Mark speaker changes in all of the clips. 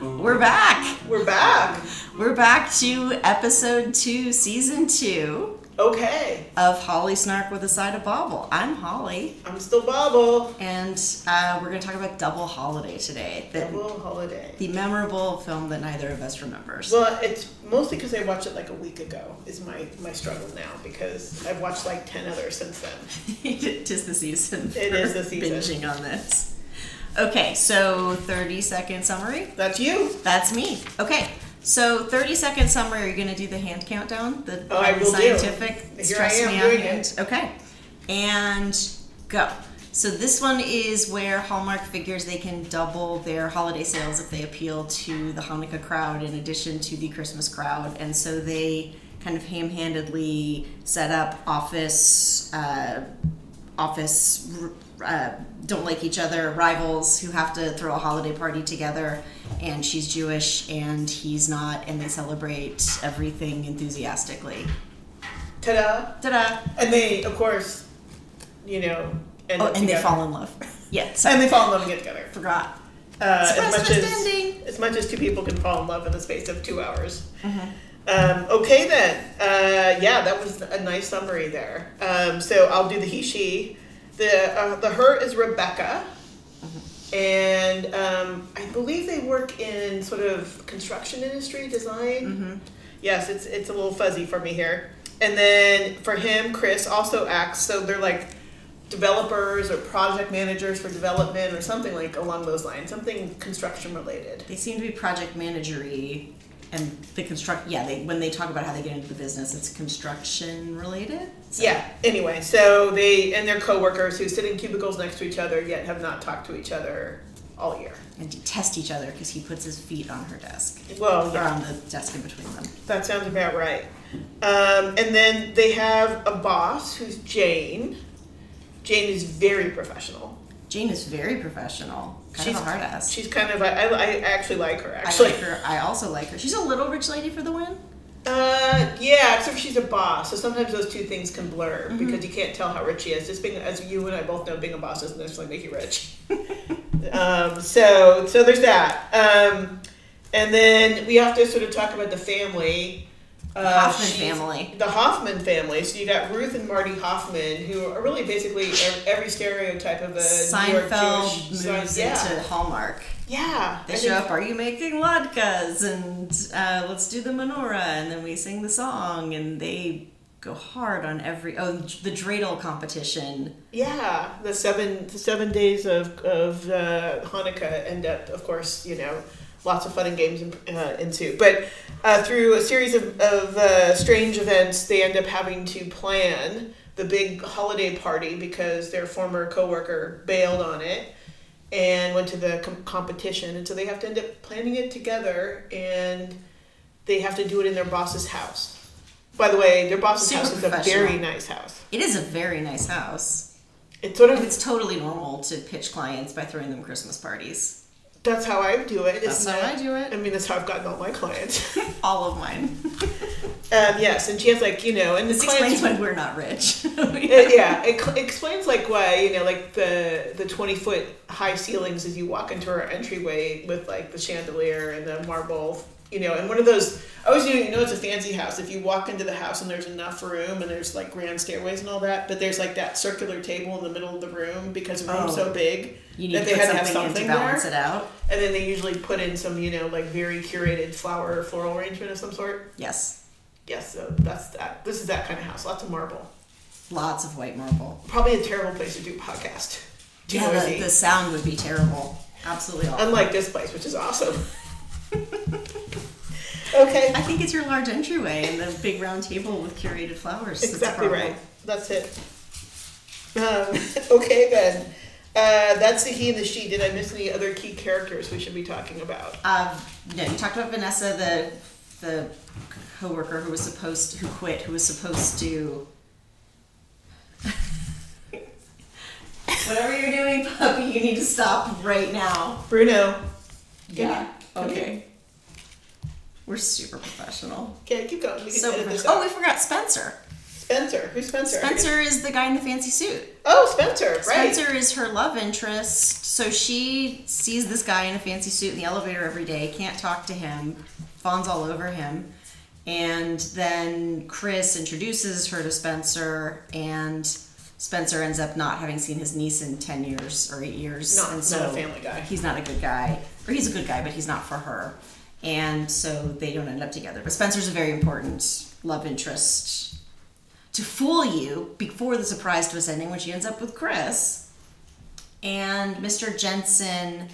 Speaker 1: We're back.
Speaker 2: We're back.
Speaker 1: We're back to episode two, season two
Speaker 2: Okay.
Speaker 1: of Holly Snark with a Side of Bobble. I'm Holly,
Speaker 2: I'm still Bobble.
Speaker 1: and uh, we're going to talk about Double Holiday today, the,
Speaker 2: Double holiday.
Speaker 1: the memorable film that neither of us remembers.
Speaker 2: Well, it's mostly because I watched it like a week ago. Is my my struggle now because I've watched like ten others since then.
Speaker 1: it is the season.
Speaker 2: It
Speaker 1: for
Speaker 2: is the season.
Speaker 1: Binging on this. Okay, so 30 second summary.
Speaker 2: That's you.
Speaker 1: That's me. Okay. So 30 second summary. Are you going to do the hand countdown? The
Speaker 2: Oh, I will do.
Speaker 1: scientific
Speaker 2: Here I
Speaker 1: stress
Speaker 2: am
Speaker 1: me
Speaker 2: doing
Speaker 1: out hand. Okay. And go. So this one is where Hallmark figures they can double their holiday sales if they appeal to the Hanukkah crowd in addition to the Christmas crowd, and so they kind of ham-handedly set up office uh, office r- uh, don't like each other, rivals who have to throw a holiday party together, and she's Jewish and he's not, and they celebrate everything enthusiastically.
Speaker 2: Ta-da!
Speaker 1: Ta da!
Speaker 2: And they, of course, you know, end
Speaker 1: Oh,
Speaker 2: up
Speaker 1: and they
Speaker 2: together.
Speaker 1: fall in love. Yeah, sorry,
Speaker 2: And they fall in love and get together.
Speaker 1: forgot.
Speaker 2: Uh,
Speaker 1: Surprise
Speaker 2: as much
Speaker 1: twist
Speaker 2: as
Speaker 1: ending.
Speaker 2: as much as two people can fall in love in the space of two hours. Um, okay then, uh, yeah, that was a nice summary there. Um, so I'll do the he she. The uh, the her is Rebecca, and um, I believe they work in sort of construction industry design. Yes, it's it's a little fuzzy for me here. And then for him, Chris also acts. So they're like developers or project managers for development or something like along those lines, something construction related.
Speaker 1: They seem to be project managery and the construct. Yeah, they when they talk about how they get into the business, it's construction related. So-
Speaker 2: Yeah. Anyway, so they and their coworkers who sit in cubicles next to each other yet have not talked to each other all year.
Speaker 1: And detest each other because he puts his feet on her desk
Speaker 2: Well,
Speaker 1: or
Speaker 2: yeah,
Speaker 1: on the desk in between them.
Speaker 2: that sounds about right. Um, and then they have a boss who's Jane. Jane is very professional.
Speaker 1: Jane is very professional. Kind
Speaker 2: she's
Speaker 1: of a hard ass.
Speaker 2: She's kind of. I, I, I actually like her.
Speaker 1: I
Speaker 2: Actually.
Speaker 1: like her. I also like her. She's a little rich lady for the win.
Speaker 2: Uh, yeah, except she's a boss, so sometimes those two things can blur
Speaker 1: Mm-hmm.
Speaker 2: because you can't tell how rich she is. Just being, as you and I both know, being a boss doesn't necessarily make you rich. um, so, so there's that. Um, and then we have to sort of talk about the family. Uh,
Speaker 1: Hoffman
Speaker 2: she's-
Speaker 1: family.
Speaker 2: The Hoffman family. So you got Ruth and Marty Hoffman, who are really basically ev- every stereotype of a New York
Speaker 1: Seinfeld
Speaker 2: Jewish.
Speaker 1: moves
Speaker 2: Sein- yeah,
Speaker 1: into Hallmark.
Speaker 2: yeah.
Speaker 1: They
Speaker 2: I
Speaker 1: show
Speaker 2: think-
Speaker 1: up. Are you making latkes? And uh, let's do the menorah. And then we sing the song. And they go hard on every. Oh, the dreidel competition.
Speaker 2: Yeah, the seven the seven days of of uh, Hanukkah end up, of course, you know, lots of fun and games in, uh, ensue. But uh, through a series of of uh, strange events, they end up having to plan the big holiday party because their former coworker bailed on it and went to the com- competition, and so they have to end up planning it together, and they have to do it in their boss's house. By the way, their boss's
Speaker 1: Super
Speaker 2: house is a
Speaker 1: professional.
Speaker 2: very nice house.
Speaker 1: It is a very nice house.
Speaker 2: It's sort of
Speaker 1: And it's totally normal to pitch clients by throwing them Christmas parties.
Speaker 2: That's how I do it.
Speaker 1: That's
Speaker 2: isn't
Speaker 1: how
Speaker 2: it?
Speaker 1: I do
Speaker 2: I
Speaker 1: it.
Speaker 2: mean, that's how I've gotten all my clients. um,
Speaker 1: All of mine.
Speaker 2: yes, and she has like you know, and the
Speaker 1: This
Speaker 2: clients.
Speaker 1: explains why we're not rich.
Speaker 2: it, yeah, it cl- explains like why you know, like the the twenty foot high ceilings as you walk into our entryway with like the chandelier and the marble, you know, and one of those. I always knew you know it's a fancy house if you walk into the house and there's enough room and there's like grand stairways and all that, but there's like that circular table in the middle of the room because the room's
Speaker 1: Oh.
Speaker 2: so big
Speaker 1: You need
Speaker 2: that
Speaker 1: to
Speaker 2: they
Speaker 1: put
Speaker 2: had to
Speaker 1: something,
Speaker 2: have something
Speaker 1: in to balance
Speaker 2: there.
Speaker 1: it out.
Speaker 2: And then they usually put in some, you know, like very curated flower or floral arrangement of some sort.
Speaker 1: Yes.
Speaker 2: Yes, so that's that. This is that kind of house. Lots of marble.
Speaker 1: Lots of white marble.
Speaker 2: Probably a terrible place to do a podcast. Too
Speaker 1: Yeah,
Speaker 2: noisy.
Speaker 1: the, the sound would be terrible. Absolutely awful.
Speaker 2: Unlike this place, which is awesome. okay.
Speaker 1: I think it's your large entryway and the big round table with curated flowers. that's a
Speaker 2: Exactly
Speaker 1: problem.
Speaker 2: right. That's it. Um, okay, then. Uh, that's the he and the she. Did I miss any other key characters we should be talking about?
Speaker 1: Uh, no, you talked about Vanessa, the the coworker who was supposed who quit, who was supposed to. Whatever you're doing, puppy, you need to stop right now.
Speaker 2: Bruno. Come
Speaker 1: Yeah.
Speaker 2: here. Come here.
Speaker 1: Okay. We're super professional.
Speaker 2: Okay, keep going. We can
Speaker 1: So
Speaker 2: edit this
Speaker 1: oh,
Speaker 2: out.
Speaker 1: we forgot Spencer.
Speaker 2: Spencer. Who's Spencer?
Speaker 1: Spencer is the guy in the fancy suit.
Speaker 2: Oh, Spencer, right.
Speaker 1: Spencer is her love interest. So she sees this guy in a fancy suit in the elevator every day, can't talk to him, fawns all over him. And then Chris introduces her to Spencer, and Spencer ends up not having seen his niece in 10 years or 8 years.
Speaker 2: Not-
Speaker 1: and
Speaker 2: not a family guy.
Speaker 1: He's not a good guy. Or he's a good guy, but he's not for her. And so they don't end up together. But Spencer's a very important love interest to fool you before the surprise twist ending when she ends up with Chris and Mr. Jensen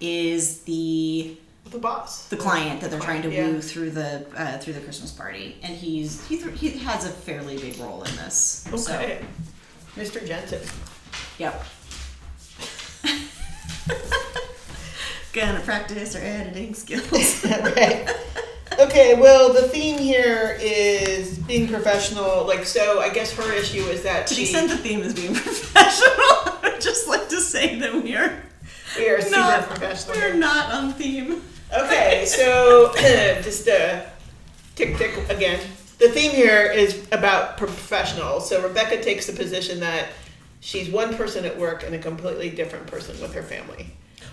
Speaker 1: is the
Speaker 2: The boss.
Speaker 1: the client that they're trying to
Speaker 2: Yeah.
Speaker 1: woo through the uh, through the Christmas party, and he's he, th- he has a fairly big role in this. So,
Speaker 2: Okay. Mr. Jensen.
Speaker 1: yep. Gonna practice her editing skills.
Speaker 2: right. Okay, well, the theme here is being professional. Like, so I guess her issue is that
Speaker 1: to the
Speaker 2: she,
Speaker 1: extent the theme is being professional, I would just like to say that we are
Speaker 2: we are super
Speaker 1: not
Speaker 2: professional.
Speaker 1: we are not on theme.
Speaker 2: Okay, so just uh, tick tick again. The theme here is about professional. So Rebecca takes the position that she's one person at work and a completely different person with her family.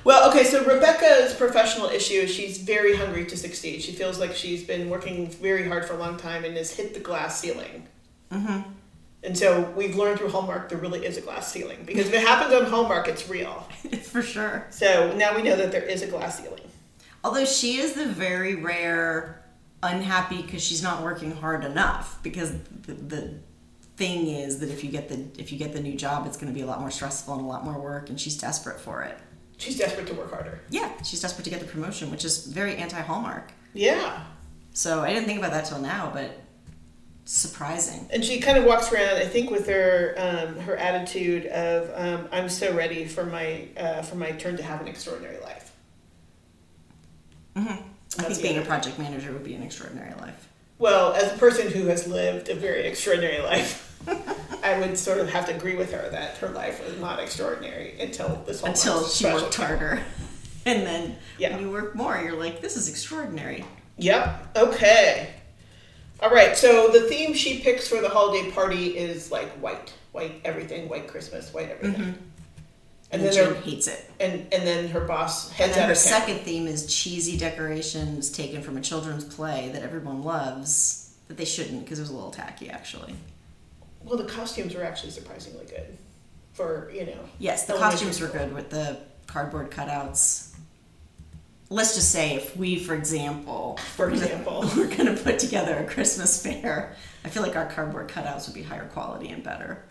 Speaker 2: Well, okay, so Rebecca's professional issue is she's very hungry to succeed. She feels like she's been working very hard for a long time and has hit the glass ceiling.
Speaker 1: Mm-hmm.
Speaker 2: And so we've learned through Hallmark there really is a glass ceiling because if it happens on Hallmark, it's real.
Speaker 1: For sure.
Speaker 2: So now we know that there is a glass ceiling.
Speaker 1: Although she is the very rare unhappy because she's not working hard enough. Because the, the thing is that if you get the if you get the new job, it's going to be a lot more stressful and a lot more work, and she's desperate for it.
Speaker 2: She's desperate to work harder.
Speaker 1: Yeah, she's desperate to get the promotion, which is very anti Hallmark.
Speaker 2: Yeah.
Speaker 1: So I didn't think about that till now, but surprising.
Speaker 2: And she kind of walks around, I think, with her um, her attitude of um, "I'm so ready for my uh, for my turn to have an extraordinary life."
Speaker 1: I
Speaker 2: That's
Speaker 1: think being a
Speaker 2: good.
Speaker 1: project manager would be an extraordinary life.
Speaker 2: Well, as a person who has lived a very extraordinary life, I would sort of have to agree with her that her life was not extraordinary until this whole
Speaker 1: Until
Speaker 2: month's
Speaker 1: she
Speaker 2: Oh, special.
Speaker 1: worked harder, and then
Speaker 2: Yeah.
Speaker 1: when you work more, you're like, this is extraordinary.
Speaker 2: Yep. Okay. All right. So the theme she picks for the holiday party is like white, white everything, white Christmas, white everything.
Speaker 1: Mm-hmm. And,
Speaker 2: And then
Speaker 1: Jane
Speaker 2: her,
Speaker 1: hates it.
Speaker 2: and and then her boss
Speaker 1: And
Speaker 2: heads
Speaker 1: then
Speaker 2: out
Speaker 1: her
Speaker 2: of town.
Speaker 1: second theme is cheesy decorations taken from a children's play that everyone loves, that they shouldn't because it was a little tacky, actually.
Speaker 2: Well, the costumes were actually surprisingly good for, you know.
Speaker 1: Yes, the
Speaker 2: elementary
Speaker 1: costumes were
Speaker 2: school.
Speaker 1: good with the cardboard cutouts. Let's just say if we, for example,
Speaker 2: For example.
Speaker 1: we're going to put together a Christmas fair, I feel like our cardboard cutouts would be higher quality and better.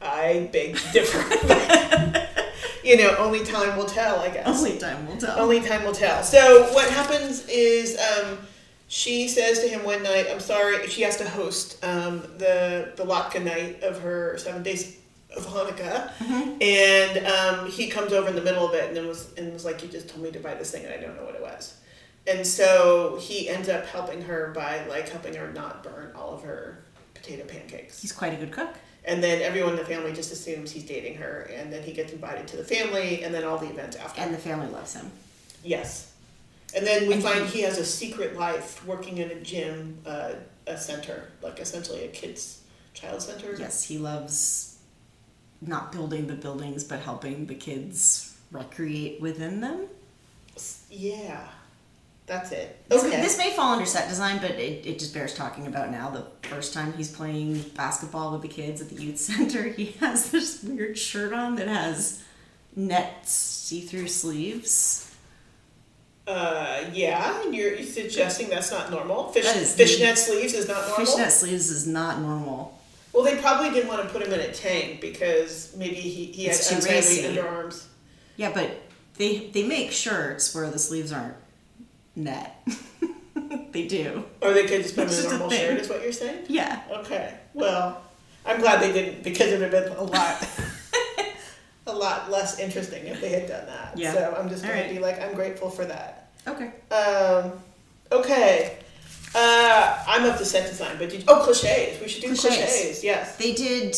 Speaker 2: I beg to differ. you know, only time will tell, I guess.
Speaker 1: Only time will tell.
Speaker 2: Only time will tell. So what happens is um, she says to him one night, "I'm sorry." She has to host um, the the Latka night of her seven days of Hanukkah, and um, he comes over in the middle of it and then was and was like, "You just told me to buy this thing, and I don't know what it was." And so he ends up helping her by like helping her not burn all of her potato pancakes.
Speaker 1: He's quite a good cook.
Speaker 2: And then everyone in the family just assumes he's dating her, and then he gets invited to the family, and then all the events after.
Speaker 1: And the family loves him.
Speaker 2: Yes. And then we
Speaker 1: And
Speaker 2: find he has a secret life working in a gym, uh, a center, like essentially a kids' child center.
Speaker 1: Yes, he loves not building the buildings, but helping the kids recreate within them.
Speaker 2: S- Yeah. That's it.
Speaker 1: This, this may fall under set design, but it, it just bears talking about now. The first time he's playing basketball with the kids at the youth center, he has this weird shirt on that has net see through sleeves.
Speaker 2: uh, yeah, and you're suggesting that's not normal. Fish,
Speaker 1: That is
Speaker 2: fishnet sleeves is not normal.
Speaker 1: Fishnet sleeves is not normal.
Speaker 2: Well, they probably didn't want to put him in a tank because maybe he, he had
Speaker 1: It's too
Speaker 2: unsightly
Speaker 1: racy.
Speaker 2: underarms.
Speaker 1: Yeah, but they they make shirts where the sleeves aren't net. they do.
Speaker 2: Or they could just put him
Speaker 1: It's
Speaker 2: in a
Speaker 1: just a
Speaker 2: normal
Speaker 1: thing.
Speaker 2: shirt, is what you're saying?
Speaker 1: Yeah.
Speaker 2: Okay. Well, I'm glad they didn't because it would have been a lot, a lot less interesting if they had done that.
Speaker 1: Yeah.
Speaker 2: So I'm just
Speaker 1: All
Speaker 2: gonna
Speaker 1: right.
Speaker 2: be like, I'm grateful for that.
Speaker 1: Okay.
Speaker 2: Um, okay. Uh, I'm up to set design, but did, oh, cliches. We should do cliches.
Speaker 1: Cliches.
Speaker 2: Yes.
Speaker 1: They did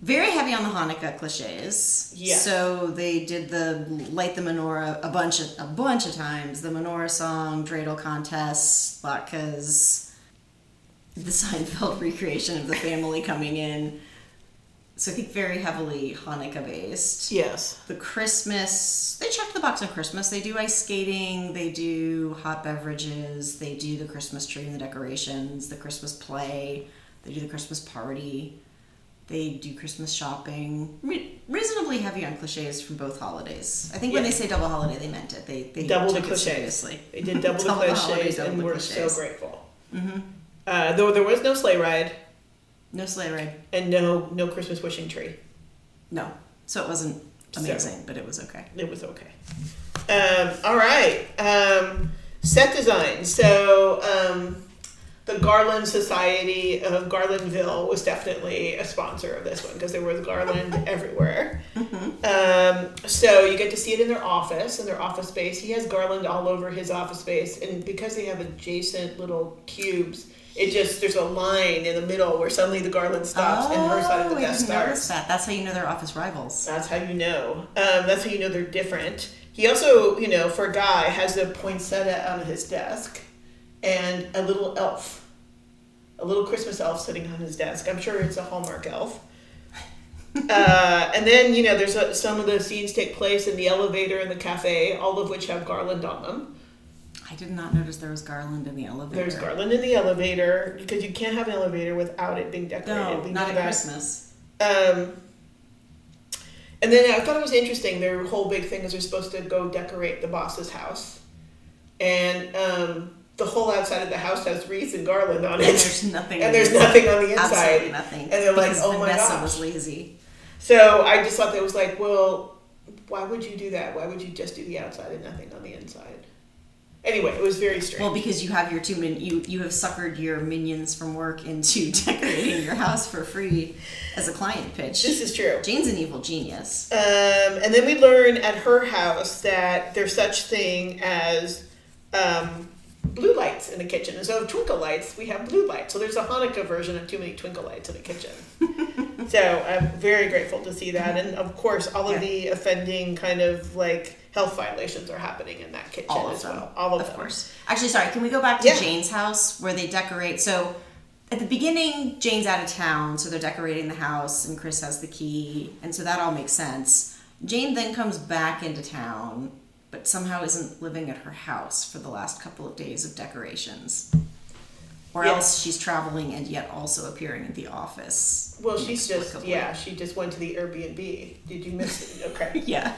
Speaker 1: very heavy on the Hanukkah cliches.
Speaker 2: Yes.
Speaker 1: So they did the light the menorah a bunch of a bunch of times. The menorah song, dreidel contests, latkes, the Seinfeld recreation of the family coming in. So I think very heavily Hanukkah based.
Speaker 2: Yes.
Speaker 1: The Christmas, they check the box on Christmas. They do ice skating, they do hot beverages, they do the Christmas tree and the decorations, the Christmas play, they do the Christmas party, they do Christmas shopping. Re- reasonably heavy on cliches from both holidays. I think when
Speaker 2: Yeah.
Speaker 1: they say double holiday, they meant it. They, they
Speaker 2: Double the
Speaker 1: took it
Speaker 2: cliches.
Speaker 1: seriously.
Speaker 2: They did double the
Speaker 1: Double the holidays,
Speaker 2: cliches,
Speaker 1: double
Speaker 2: and
Speaker 1: the
Speaker 2: we're
Speaker 1: cliches.
Speaker 2: so grateful. Mm-hmm. Uh, though there was no sleigh ride
Speaker 1: No sleigh ride.
Speaker 2: and no no Christmas wishing tree.
Speaker 1: No. So it wasn't
Speaker 2: So-
Speaker 1: amazing, but it was okay.
Speaker 2: It was okay. Um, all right. Um, set design. So um, the Garland Society of Garlandville was definitely a sponsor of this one because there was garland everywhere.
Speaker 1: Mm-hmm.
Speaker 2: Um, so you get to see it in their office, in their office space. He has garland all over his office space, and because they have adjacent little cubes, it just there's a line in the middle where suddenly the garland stops and her side of the
Speaker 1: Oh, I
Speaker 2: desk
Speaker 1: didn't
Speaker 2: starts.
Speaker 1: notice that. That's how you know they're office rivals.
Speaker 2: That's how you know. Um, that's how you know they're different. He also, you know, for a guy, has a poinsettia on his desk and a little elf, a little Christmas elf sitting on his desk. I'm sure it's a Hallmark elf. uh, and then, you know, there's a, some of the scenes take place in the elevator and the cafe, all of which have garland on them.
Speaker 1: I did not notice there was garland in the elevator.
Speaker 2: There's garland in the elevator because you can't have an elevator without it being decorated.
Speaker 1: No,
Speaker 2: We
Speaker 1: not
Speaker 2: know
Speaker 1: at
Speaker 2: that.
Speaker 1: Christmas.
Speaker 2: Um, and then I thought it was interesting. Their whole big thing is they're supposed to go decorate the boss's house, and um, the whole outside of the house has wreaths and garland on
Speaker 1: And
Speaker 2: it,
Speaker 1: there's nothing.
Speaker 2: and there's nothing on the
Speaker 1: Absolutely
Speaker 2: inside.
Speaker 1: nothing.
Speaker 2: And they're like,
Speaker 1: because
Speaker 2: "Oh my
Speaker 1: Vanessa
Speaker 2: gosh."
Speaker 1: was lazy.
Speaker 2: So I just thought that was like, well, why would you do that? Why would you just do the outside and nothing on the inside? Anyway, it was very strange.
Speaker 1: Well, because you have your two min, you you have suckered your minions from work into decorating your house for free as a client pitch.
Speaker 2: this is true.
Speaker 1: Jane's an evil genius.
Speaker 2: Um, and then we learn at her house that there's such thing as um, blue lights in the kitchen. Instead of twinkle lights, we have blue lights. So there's a Hanukkah version of too many twinkle lights in the kitchen. so I'm very grateful to see that. And of course, all of
Speaker 1: Yeah.
Speaker 2: the offending kind of like health violations are happening in that kitchen
Speaker 1: All of
Speaker 2: as
Speaker 1: them.
Speaker 2: well. All of,
Speaker 1: of
Speaker 2: them.
Speaker 1: course. Actually, sorry. Can we go back to
Speaker 2: Yeah.
Speaker 1: Jane's house where they decorate? So at the beginning, Jane's out of town, so they're decorating the house, and Chris has the key, and so that all makes sense. Jane then comes back into town, but somehow isn't living at her house for the last couple of days of decorations. Or
Speaker 2: Yeah.
Speaker 1: else she's traveling and yet also appearing at the office.
Speaker 2: Well, she's just,
Speaker 1: inexplicably.
Speaker 2: yeah, she just went to the Airbnb. Did you miss it? Okay.
Speaker 1: Yeah.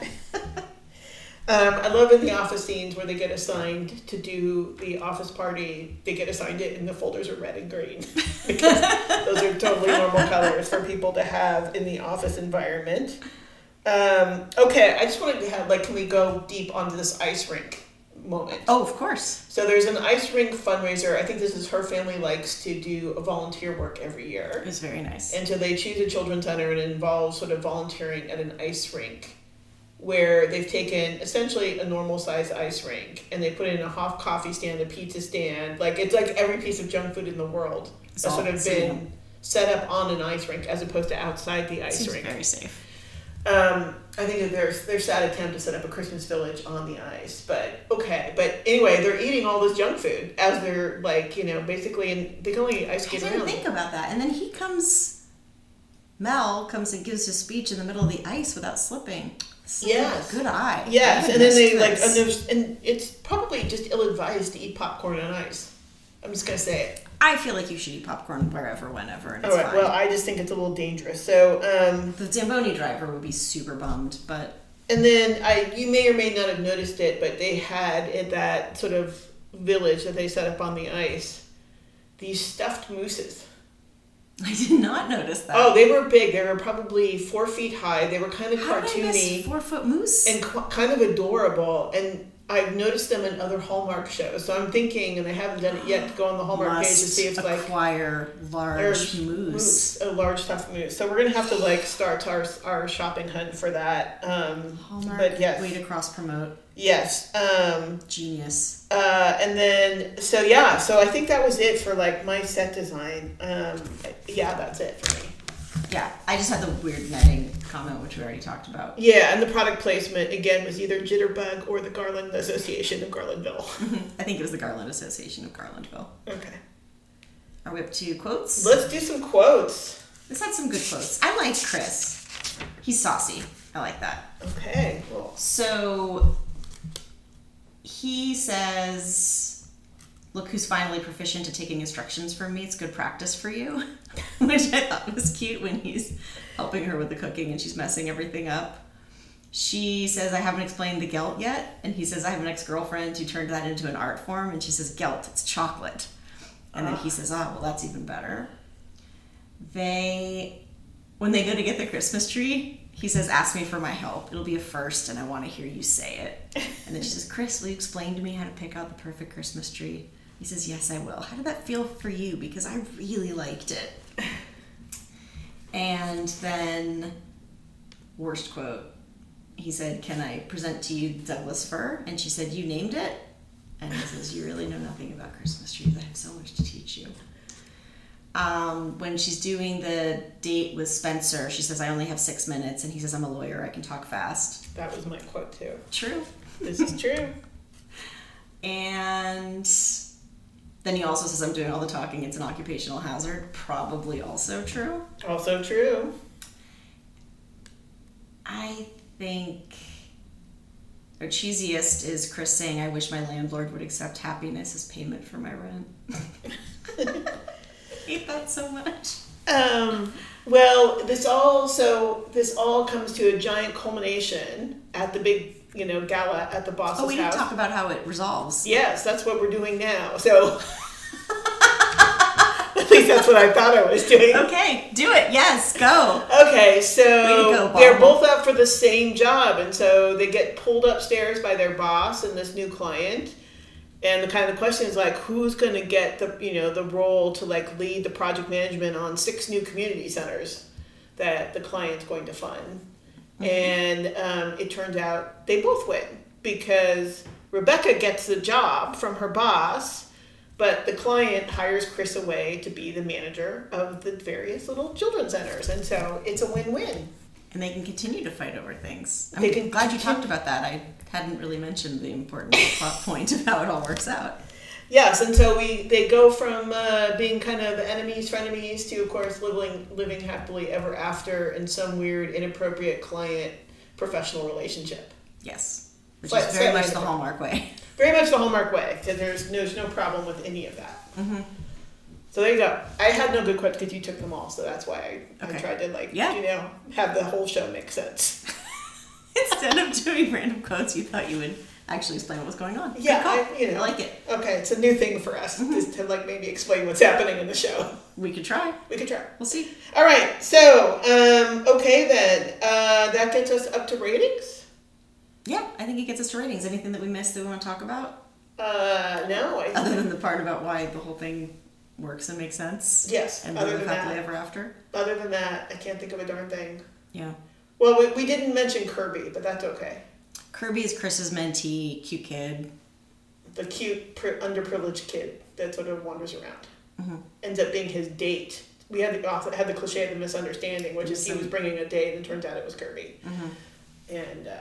Speaker 2: Um, I love in the office scenes where they get assigned to do the office party. They get assigned it, and the folders are red and green because those are totally normal colors for people to have in the office environment. Um, okay, I just wanted to have like, can we go deep onto this ice rink moment?
Speaker 1: Oh, of course.
Speaker 2: So there's an ice rink fundraiser. I think this is her family likes to do volunteer work every year.
Speaker 1: It was very nice.
Speaker 2: And so they choose a children's center and it involves sort of volunteering at an ice rink where they've taken essentially a normal size ice rink and they put in a hot coffee stand, a pizza stand. Like it's like every piece of junk food in the world
Speaker 1: It's
Speaker 2: has
Speaker 1: all
Speaker 2: sort of
Speaker 1: sitting
Speaker 2: been set up on an ice rink as opposed to outside the ice
Speaker 1: Seems
Speaker 2: rink.
Speaker 1: very safe.
Speaker 2: Um, I think that their their sad attempt to set up a Christmas village on the ice, but okay. But anyway, they're eating all this junk food as they're like you know basically, and they can only ice
Speaker 1: I
Speaker 2: skate
Speaker 1: didn't
Speaker 2: around.
Speaker 1: think about that. And then he comes, Mel comes and gives his speech in the middle of the ice without slipping. This is
Speaker 2: Yes.
Speaker 1: a Good eye.
Speaker 2: Yes,
Speaker 1: I
Speaker 2: and then
Speaker 1: missed
Speaker 2: they like
Speaker 1: this.
Speaker 2: and, there's, and it's probably just ill advised to eat popcorn on ice. I'm just gonna say it.
Speaker 1: I feel like you should eat popcorn wherever, whenever, and
Speaker 2: All
Speaker 1: it's
Speaker 2: right.
Speaker 1: fine.
Speaker 2: Well, I just think it's a little dangerous. So, um,
Speaker 1: the Zamboni driver would be super bummed, but
Speaker 2: and then I, you may or may not have noticed it, but they had in that sort of village that they set up on the ice these stuffed mooses.
Speaker 1: I did not notice that.
Speaker 2: Oh, they were big. They were probably four feet high. They were kind of
Speaker 1: How did I miss
Speaker 2: cartoony
Speaker 1: four foot moose?
Speaker 2: and qu- kind of adorable. And I've noticed them in other Hallmark shows. So I'm thinking, and I haven't done it yet, to go on the Hallmark
Speaker 1: Must
Speaker 2: page to see if like
Speaker 1: acquire large
Speaker 2: There's
Speaker 1: moose.
Speaker 2: a Oh, large stuffed moose. So we're gonna have to like start our our shopping hunt for that. Um,
Speaker 1: Hallmark
Speaker 2: but yes,
Speaker 1: way to cross promote.
Speaker 2: yes. Um,
Speaker 1: Genius.
Speaker 2: uh, and then so yeah, so I think that was it for like my set design. Um, yeah, that's it for me.
Speaker 1: Yeah, I just had the weird netting comment, which we already talked about.
Speaker 2: Yeah, and the product placement again was either Jitterbug or the Garland Association of Garlandville.
Speaker 1: I think it was the Garland Association of Garlandville.
Speaker 2: okay,
Speaker 1: Are we up to quotes?
Speaker 2: let's do some quotes.
Speaker 1: This had some good quotes. I liked Chris. He's saucy. I like that.
Speaker 2: Okay, cool.
Speaker 1: So he says, Look who's finally proficient at taking instructions from me. It's good practice for you. Which I thought was cute when he's helping her with the cooking and she's messing everything up. She says, I haven't explained the gelt yet. And he says, I have an ex girlfriend who turned that into an art form. And she says, Gelt, it's chocolate. And then he says, Ah, well, that's even better. They when they go to get the Christmas tree, he says, Ask me for my help. It'll be a first, and I want to hear you say it. And then she says, Chris, will you explain to me how to pick out the perfect Christmas tree? He says, Yes, I will. How did that feel for you? Because I really liked it. And then, worst quote, he said, Can I present to you Douglas fir? And she said, You named it? And he says, You really know nothing about Christmas trees. I have so much to teach you um, when she's doing the date with Spencer, she says, I only have six minutes. And he says, I'm a lawyer, I can talk fast.
Speaker 2: That was my quote too.
Speaker 1: True.
Speaker 2: This is true.
Speaker 1: And then he also says, I'm doing all the talking, it's an occupational hazard. Probably also true.
Speaker 2: Also true.
Speaker 1: I think. Or cheesiest is Chris saying, I wish my landlord would accept happiness as payment for my rent. hate that so much.
Speaker 2: Um, well, this all so this all comes to a giant culmination at the big you know gala at the boss's
Speaker 1: Oh, we didn't
Speaker 2: house.
Speaker 1: talk about how it resolves.
Speaker 2: yes, that's what we're doing now. So at least that's what I thought I was doing.
Speaker 1: Okay, do it. Yes, go.
Speaker 2: Okay, so
Speaker 1: Way to go,
Speaker 2: they're
Speaker 1: Bob.
Speaker 2: both up for the same job, and so they get pulled upstairs by their boss and this new client. And the kind of question is like, who's going to get the you know the role to like lead the project management on six new community centers that the client's going to fund? Mm-hmm. And um, it turns out they both win because Rebecca gets the job from her boss, but the client hires Chris away to be the manager of the various little children's centers, and so it's a win-win.
Speaker 1: and they can continue to fight over things. I'm
Speaker 2: They can
Speaker 1: glad you
Speaker 2: continue-
Speaker 1: talked about that. I hadn't really mentioned the important plot point of how it all works out.
Speaker 2: Yes, and so we they go from uh, being kind of enemies, frenemies to, of course, living living happily ever after in some weird, inappropriate client professional relationship.
Speaker 1: Yes, which
Speaker 2: But
Speaker 1: is very
Speaker 2: slightly
Speaker 1: much the
Speaker 2: different.
Speaker 1: hallmark way.
Speaker 2: Very much the Hallmark way, because there's no, there's no problem with any of that.
Speaker 1: Mm-hmm.
Speaker 2: So there you go. I had no good quotes because you took them all, so that's why I, I
Speaker 1: Okay.
Speaker 2: tried to like
Speaker 1: Yeah.
Speaker 2: you know have the whole show make sense.
Speaker 1: Instead of doing random quotes, you thought you would actually explain what was going on. Good
Speaker 2: Yeah,
Speaker 1: call.
Speaker 2: I- you know.
Speaker 1: like it. Mm-hmm.
Speaker 2: Okay, it's a new thing for us just to like maybe explain what's happening in the show.
Speaker 1: We could try.
Speaker 2: We could try.
Speaker 1: We'll see.
Speaker 2: All right, so um, okay then, uh, that gets us up to ratings.
Speaker 1: Yeah, I think it gets us to ratings. Anything that we missed that we want to talk about,
Speaker 2: Uh, no, I
Speaker 1: other than the part about why the whole thing works and makes sense.
Speaker 2: Yes,
Speaker 1: and
Speaker 2: other
Speaker 1: they live
Speaker 2: than
Speaker 1: happily
Speaker 2: that.
Speaker 1: ever after.
Speaker 2: other than that, I can't think of a darn thing.
Speaker 1: Yeah.
Speaker 2: Well, we, we didn't mention Kirby, but that's okay.
Speaker 1: Kirby is Chris's mentee, cute kid.
Speaker 2: The cute, pri- underprivileged kid that sort of wanders around
Speaker 1: Mm-hmm.
Speaker 2: ends up being his date. We had the also had the cliche of the misunderstanding, which is he was bringing a date, and it turns out it was Kirby,
Speaker 1: Mm-hmm.
Speaker 2: and uh,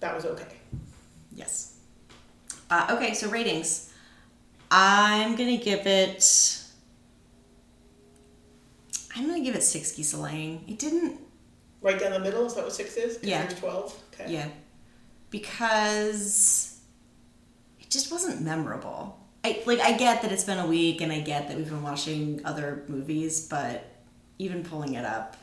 Speaker 2: that was okay.
Speaker 1: Yes. Uh, okay, so ratings. I'm gonna give it. I'm gonna give it six geese a laying. It didn't,
Speaker 2: Right down the middle is that what six is? 'Cause
Speaker 1: Yeah.
Speaker 2: There's twelve. Okay.
Speaker 1: yeah, because it just wasn't memorable. I like. I get that it's been a week, and I get that we've been watching other movies, but even pulling it up,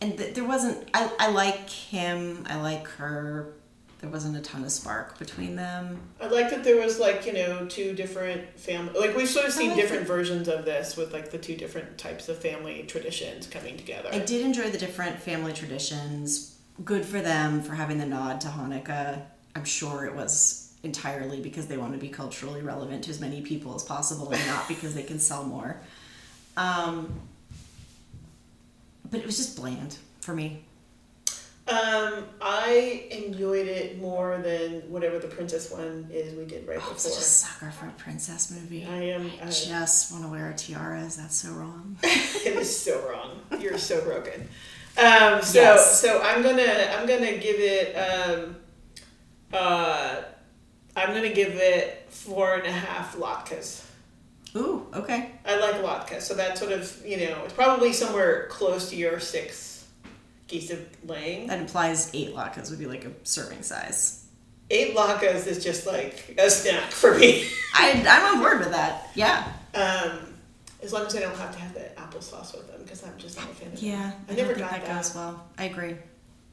Speaker 1: and th- there wasn't. I I like him. I like her. There wasn't a ton of spark between them.
Speaker 2: I like that there was like you know two different family like we've sort of seen
Speaker 1: like
Speaker 2: different versions of this with like the two different types of family traditions coming together.
Speaker 1: I did enjoy the different family traditions. Good for them for having the nod to Hanukkah. I'm sure it was entirely because they want to be culturally relevant to as many people as possible and not because they can sell more. Um, but it was just bland for me.
Speaker 2: Um, I enjoyed it more than whatever the princess one is we did right
Speaker 1: Oh, I'm
Speaker 2: before.
Speaker 1: such a sucker for a princess movie.
Speaker 2: I am.
Speaker 1: I
Speaker 2: Uh,
Speaker 1: just want to wear a tiara. Is that so wrong?
Speaker 2: it is so wrong. You're so broken. Um, so
Speaker 1: Yes.
Speaker 2: so I'm gonna I'm gonna give it um, uh, I'm gonna give it four and a half latkes.
Speaker 1: Ooh, okay.
Speaker 2: I like Latka, so that's sort of you know it's probably somewhere close to your six geese of laying.
Speaker 1: That implies eight latkes would be like a serving size.
Speaker 2: Eight latkes is just like a snack for me.
Speaker 1: I, I'm on board with that. Yeah.
Speaker 2: Um, as long as I don't have to have the applesauce with them, because I'm just not a fan of
Speaker 1: Yeah.
Speaker 2: I never
Speaker 1: don't think
Speaker 2: got
Speaker 1: that,
Speaker 2: that.
Speaker 1: goes well. I agree.
Speaker 2: it.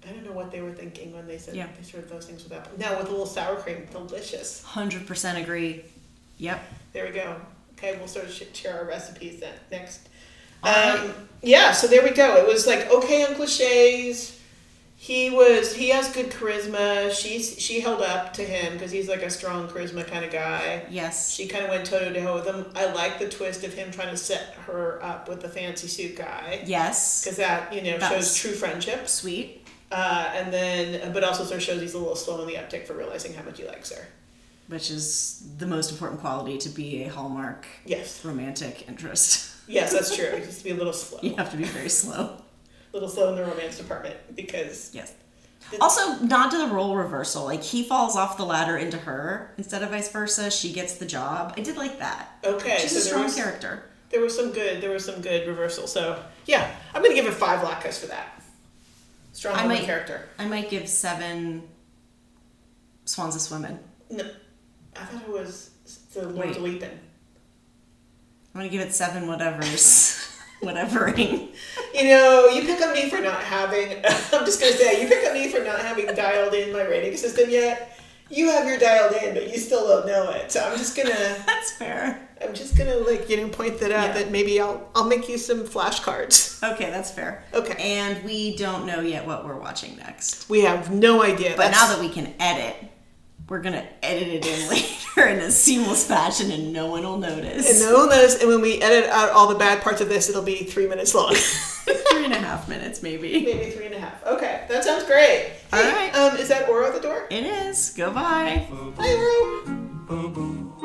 Speaker 2: I don't know what they were thinking when they said
Speaker 1: Yeah.
Speaker 2: they served those things with apple. Now with a little sour cream, delicious.
Speaker 1: 100% agree. Yep.
Speaker 2: There we go. Okay, we'll sort of sh- share our recipes then next.
Speaker 1: All right.
Speaker 2: Um, yeah, so there we go. It was like okay on cliches. He was he has good charisma. She's she held up to him because he's like a strong charisma kind of guy.
Speaker 1: Yes.
Speaker 2: She kind of went toe to toe with him. I like the twist of him trying to set her up with the fancy suit guy
Speaker 1: Yes.
Speaker 2: because that you know
Speaker 1: That
Speaker 2: shows
Speaker 1: was-
Speaker 2: true friendships.
Speaker 1: Sweet,
Speaker 2: Uh, and then, but also sort of shows he's a little slow in the uptick for realizing how much he likes her.
Speaker 1: which is the most important quality to be a hallmark
Speaker 2: Yes,
Speaker 1: romantic interest.
Speaker 2: yes, that's true. Just be a little slow,
Speaker 1: you have to be very slow.
Speaker 2: little slow in the romance department because
Speaker 1: Yes.
Speaker 2: Did-
Speaker 1: Also, nod to the role reversal. Like he falls off the ladder into her instead of vice versa. She gets the job. I did like that.
Speaker 2: okay,
Speaker 1: She's
Speaker 2: so
Speaker 1: a
Speaker 2: there
Speaker 1: strong
Speaker 2: was,
Speaker 1: character.
Speaker 2: There was some good, there was some good reversal. So yeah, I'm gonna give it five latkes for that. Strong
Speaker 1: I
Speaker 2: woman
Speaker 1: might-
Speaker 2: character.
Speaker 1: I might give seven swans of swimming.
Speaker 2: No, I thought it was the
Speaker 1: Wait.
Speaker 2: Lord's Leaping.
Speaker 1: I'm gonna give it seven whatevers. Whatevering.
Speaker 2: You know, you pick on me for not having. I'm just gonna say, you pick on me for not having dialed in my rating system yet. You have your dialed in, but you still don't know it. So I'm just gonna,
Speaker 1: That's fair.
Speaker 2: I'm just gonna like you know point that out
Speaker 1: Yeah.
Speaker 2: that maybe I'll I'll make you some flashcards.
Speaker 1: Okay, that's fair.
Speaker 2: Okay,
Speaker 1: And we don't know yet what we're watching next.
Speaker 2: we have no idea.
Speaker 1: But now that we can edit, we're gonna edit it in later in a seamless fashion and no one will
Speaker 2: and
Speaker 1: notice.
Speaker 2: no one knows, and when we edit out all the bad parts of this, it'll be three minutes long.
Speaker 1: Three and a half minutes maybe.
Speaker 2: maybe three and a half. Okay, that sounds great.
Speaker 1: All right.
Speaker 2: Um, is that Oro at the door?
Speaker 1: It is. Goodbye.
Speaker 2: Hi, Oro.
Speaker 3: Boom, boom.